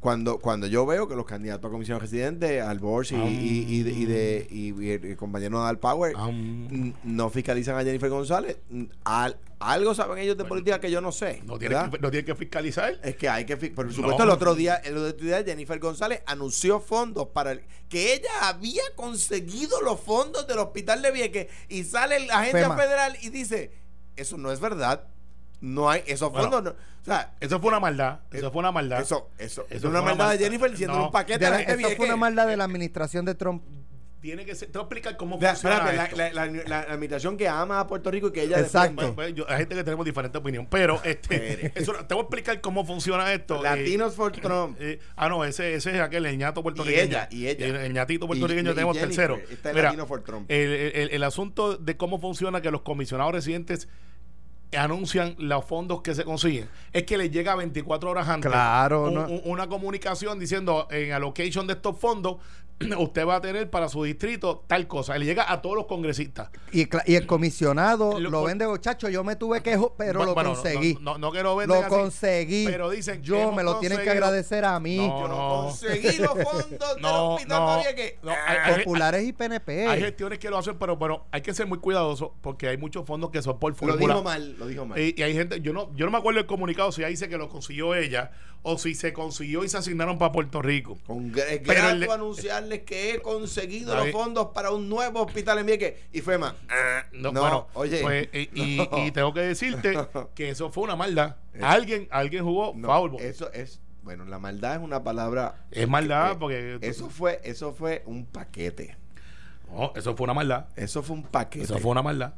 cuando, cuando yo veo que los candidatos a comisión residente, al Borges y, y- y de- y de- y- y el compañero Nadal Power, n- no fiscalizan a Jennifer González, n- al- algo saben ellos de política que yo no sé. no, tiene ¿verdad? que, no tiene que fiscalizar. Es que hay que. fi- Por supuesto, el No. otro día, el otro día Jennifer González anunció fondos para el, que ella había conseguido los fondos del hospital de Vieques y sale la agencia FEMA. federal y dice: Eso no es verdad. No hay esos Bueno. fondos. no- o sea, Eso fue una maldad. Eso fue una maldad. Eh, eso, eso, es Eso una fue una maldad de maldad. Jennifer diciendo No. un paquete De a la la- gente de eso fue eh, Vieques. una maldad de la administración de Trump. Tiene que ser. Te voy a explicar cómo La, funciona. espérate, la- esto. la- la- la- la administración que ama a Puerto Rico y que ella Exacto. defiende. Bueno, pues, yo- hay gente que tenemos diferente opinión, pero Ah, este, eso, te voy a explicar cómo funciona esto. eh, Latinos for Trump. Eh, ah, no, ese, ese es aquel, el ñato puertorriqueño. ella, y ella. El, el ñatito puertorriqueño Y- y tenemos Jennifer, tercero. está el Mira, Eh, latino for Trump. el, el- el asunto de cómo funciona que los comisionados residentes anuncian los fondos que se consiguen es que les llega 24 horas antes Claro, un- no. un- una comunicación diciendo en allocation de estos fondos usted va a tener para su distrito tal cosa y le llega a todos los congresistas Y, cla- y el comisionado Lo- lo, vende, muchacho. Yo me tuve que. jo- Pero Bueno, lo bueno, no- conseguí. no, no, no que lo vendan lo así, conseguí. pero dicen yo hemos me lo tienen que conseguido- agradecer a mí. No, Yo no no. conseguí los fondos No, del hospital no, de Vieques. no, hay- hay- Populares y PNP. Hay gestiones que lo hacen, pero bueno, hay que ser muy cuidadoso porque hay muchos fondos que son por Lo fórmula. dijo mal, lo dijo mal. Y, y hay gente, yo no, yo no me acuerdo el comunicado si ahí dice que lo consiguió ella o si se consiguió y se asignaron para Puerto Rico. Con gra- es Pero grato el- anunciarles que he conseguido Ay. los fondos para un nuevo hospital en Vieques. Y fue más. ah, No, No, bueno, oye. pues, y, y- no. Eh. y tengo que decirte que eso fue una maldad. Alguien, alguien jugó no, foul, porque eso es. Bueno, la maldad es una palabra. Es maldad eh, porque Eso fue, eso fue un paquete. no, eso fue una maldad. Eso fue un paquete. Eso fue una maldad.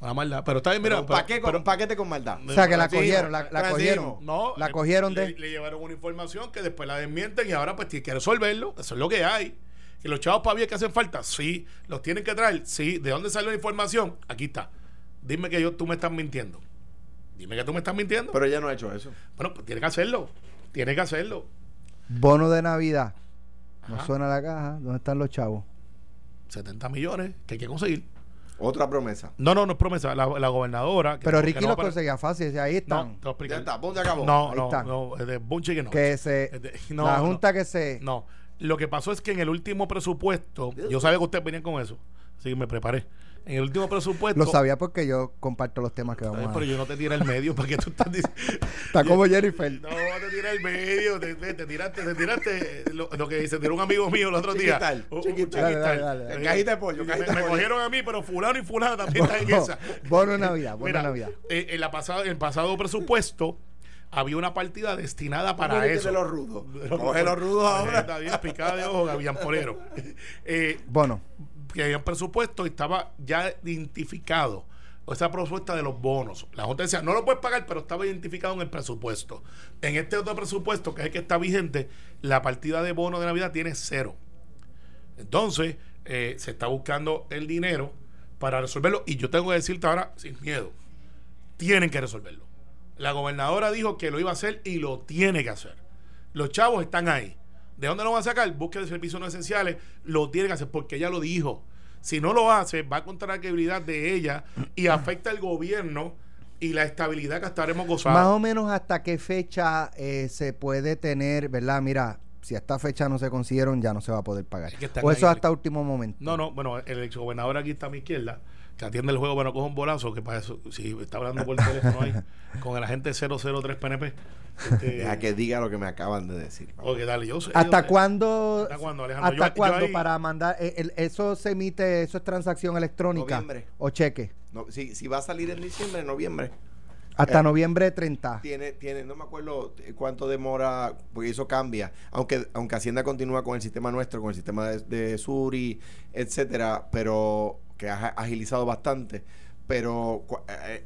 Una maldad. Pero está bien, Pero mira, un, pero- paquete con, pero- un paquete con maldad. o sea que la Francino, cogieron, la, la Francino. cogieron. No, la eh, cogieron le, de. le llevaron una información que después la desmienten y ahora pues tiene que resolverlo. Eso es lo que hay. ¿Que los chavos para que hacen falta? Sí. ¿Los tienen que traer? Sí. ¿De dónde salió la información? Aquí está. Dime que yo, tú me estás mintiendo. Dime que tú me estás mintiendo. Pero ella no ha hecho eso. bueno, pues tiene que hacerlo. Tiene que hacerlo. Bono de Navidad. Ajá. No suena la caja. ¿Dónde están los chavos? 70 millones que hay que conseguir. Otra promesa. No, no, no es promesa. La, la gobernadora. que- Pero que Ricky no los para- conseguía fácil. decía, Ahí No, están. te voy a explicar. Ya está, punto, acabó. No, Ahí no, están. no. es De Bunche que no. que se. Es de- no, la no. junta que se. No, lo que pasó es que en el último presupuesto, yo sabía que ustedes venían con eso, así que me preparé. En el último presupuesto, Lo sabía porque yo comparto los temas que Ay, vamos a pero yo no te tiré el medio, ¿para qué tú estás diciendo? Está como Jennifer. No, te tiré el medio, te, te- te tiraste, te tiraste lo, lo que se tiró un amigo mío el otro día. Chiquital, Un- un chiquital. Dale, dale, dale, dale. Eh, Cajita de pollo, cajita de me, me pollo. cogieron a mí, pero fulano y fulana también están en Bono- esa. bono de Navidad, bono de Mira, Navidad. eh, en, la pasada, en el pasado presupuesto había una partida destinada para Cógete eso. de los rudos. Pero- Coge los rudos Eh, ahora. Está bien, picada de ojo, Gavillan Porero. Eh, Bono. que había un presupuesto y estaba ya identificado. O esa propuesta de los bonos. La Junta decía, no lo puedes pagar, pero estaba identificado en el presupuesto. En este otro presupuesto, que es el que está vigente, la partida de bono de Navidad tiene cero. Entonces, eh, se está buscando el dinero para resolverlo. Y yo tengo que decirte ahora, sin miedo, tienen que resolverlo. La gobernadora dijo que lo iba a hacer y lo tiene que hacer. Los chavos están ahí. ¿De dónde lo van a sacar? Busquen servicios no esenciales, lo tiene que hacer porque ella lo dijo. Si no lo hace, va contra la credibilidad de ella y afecta al gobierno y la estabilidad que estaremos gozando. Más o menos hasta qué fecha eh, se puede tener, ¿verdad? Mira, si a esta fecha no se consiguieron, ya no se va a poder pagar. Es que están o eso ahí. hasta último momento. No, no, bueno, el exgobernador aquí está a mi izquierda, que atiende el juego, bueno, coge un bolazo, que para eso, si está hablando por teléfono ahí, con el agente 003 PNP. este, Deja que diga lo que me acaban de decir. ok, dale, yo sé. ¿Hasta yo- cuándo? ¿Hasta cuándo, Alejandro? ¿Hasta Yo- yo cuándo ahí- para mandar? eh, el- eso se emite, eso es transacción electrónica. Noviembre. O cheque. No, si, si va a salir en diciembre, en noviembre. Hasta Eh, noviembre 30. Tiene, tiene, no me acuerdo eh, cuánto demora, porque eso cambia. Aunque, aunque Hacienda continúa con el sistema nuestro, con el sistema de, de Suri, etcétera, pero que ha agilizado bastante. Pero, cu- eh,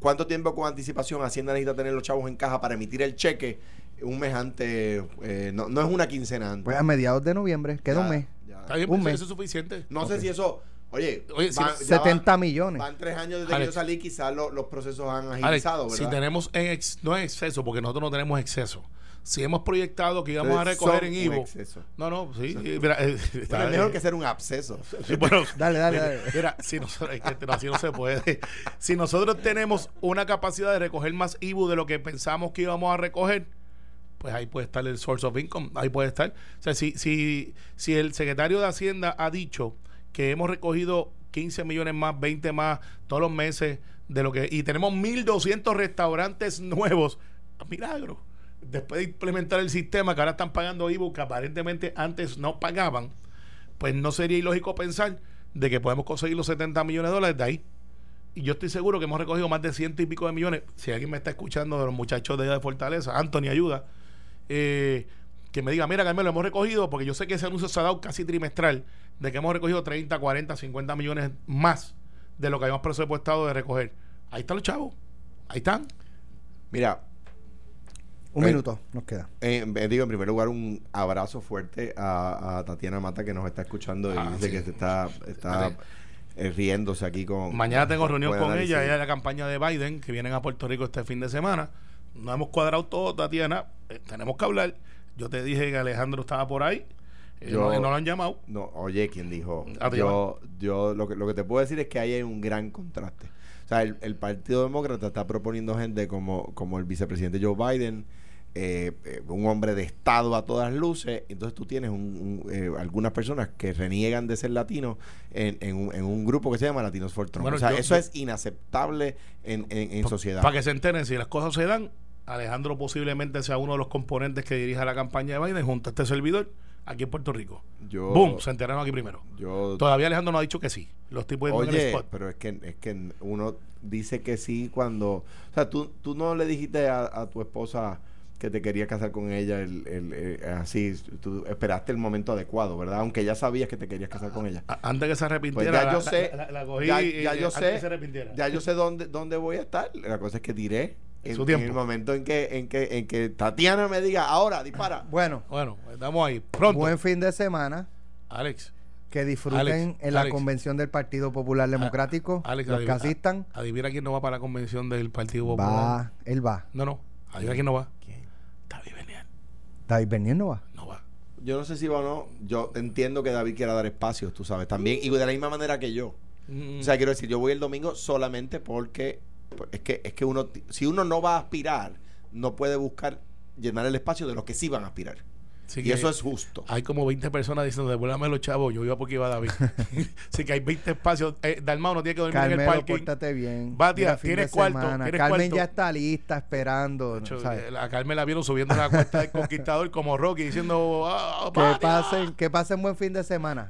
¿cuánto tiempo con anticipación Hacienda necesita tener los chavos en caja para emitir el cheque un mes antes? eh, no, no es una quincena antes. Pues a mediados de noviembre, queda un Ya, mes. ya. Está bien, Un pues, mes. eso es suficiente. No sé si eso. Oye, Oye, si van- no- ya 70 van- millones. Van tres años desde Alex. que yo salí, quizás lo- los procesos han Alex, agilizado, ¿verdad? si tenemos en ex- no en exceso, porque nosotros no tenemos exceso. Si hemos proyectado que íbamos a Ustedes recoger son en un Ivo. exceso. No, no, sí. eh, mira, eh, está Bueno, es mejor bien. que ser un absceso. Sí, bueno, Dale, dale, mira, dale. Mira, si nosotros, es que este no- así no se puede. Si nosotros tenemos una capacidad de recoger más IBU de lo que pensamos que íbamos a recoger, pues ahí puede estar el source of income, ahí puede estar. O sea, si, si, si el secretario de Hacienda ha dicho que hemos recogido 15 millones más, 20 más todos los meses de lo que y tenemos 1200 restaurantes nuevos, milagro. Después de implementar el sistema que ahora están pagando IBU que aparentemente antes no pagaban, pues no sería ilógico pensar de que podemos conseguir los 70 millones de dólares de ahí. Y yo estoy seguro que hemos recogido más de ciento y pico de millones. Si alguien me está escuchando de los muchachos de allá de Fortaleza, Anthony ayuda, eh, que me diga, mira Carmelo, hemos recogido, porque yo sé que ese anuncio se ha dado casi trimestral, de que hemos recogido 30, 40, 50 millones más de lo que habíamos presupuestado de recoger. Ahí están los chavos. Ahí están. Mira, Un eh, minuto nos queda. eh, eh, digo en primer lugar un abrazo fuerte a, a Tatiana Mata que nos está escuchando y Ah, dice sí. que se está, está Dale. eh, riéndose aquí con... pues, Mañana tengo reunión buen con análisis. ella, ella de la campaña de Biden, que vienen a Puerto Rico este fin de semana. No hemos cuadrado todo, Tatiana. Eh, tenemos que hablar. Yo te dije que Alejandro estaba por ahí. Eh, Yo- no, no lo han llamado. No, oye, quien dijo? Ah, te Yo, yo lo, que, lo que te puedo decir es que ahí hay un gran contraste. O sea, el, el Partido Demócrata está proponiendo gente como, como el vicepresidente Joe Biden, eh, eh, un hombre de Estado a todas luces. Entonces tú tienes un- un, eh, algunas personas que reniegan de ser latinos en, en un, en un grupo que se llama Latinos for Trump. Bueno, o sea, yo- eso yo- es inaceptable en, en- en sociedad. Para que se enteren, si las cosas se dan, Alejandro posiblemente sea uno de los componentes que dirija la campaña de Biden junto a este servidor aquí en Puerto Rico. Yo, ¡Boom! Se enteraron aquí primero. yo Todavía Alejandro no ha dicho que sí. Los tipos en el Oye, pues, spot. pero es que, es que uno dice que sí cuando... O sea, tú, tú no le dijiste a, a tu esposa que te querías casar con ella el, el- eh, así. Tú esperaste el momento adecuado, ¿verdad? Aunque ya sabías que te querías casar con ella. A- Antes que se Pues arrepintiera, ya Ah, la- yo la- sé... la, la cogí, ya, ya eh, yo antes que sé... se arrepintiera. Ya yo sé dónde, dónde voy a estar. La cosa es que diré En en, su tiempo. en el momento en que, en, que, en que Tatiana me diga, ahora, dispara. Bueno, Bueno, estamos ahí. Pronto. buen fin de semana. Alex. Que disfruten Alex, en la Alex. convención del Partido Popular Democrático. Alex, los que adiv- asistan, a- adivina quién no va para la convención del Partido Popular. va, él va. No, no. Adivina quién no va. David Benial. David Bernier no va. No va. Yo no sé si va o no. Yo entiendo que David quiera dar espacios, tú sabes, también. Y de la misma manera que yo. Mm. O sea, quiero decir, yo voy el domingo solamente porque pues, es que, es que uno, ti- si uno no va a aspirar, no puede buscar llenar el espacio de los que sí van a aspirar. Así y que eso es justo. Hay como 20 personas diciendo, devuélvame los chavos. Yo iba porque iba David. Así que hay 20 espacios. Eh, Dalmau no tiene que dormir en el Carmelo, parking. pórtate bien. Batia, Mira, fin de tienes cuarto, semana. tienes Carmen cuarto. ya está lista esperando. ¿no? Yo, ¿sabes? eh, A Carmen la vieron subiendo la cuesta del conquistador como Rocky diciendo, "Ah, Que Batia". pasen, que pasen buen fin de semana.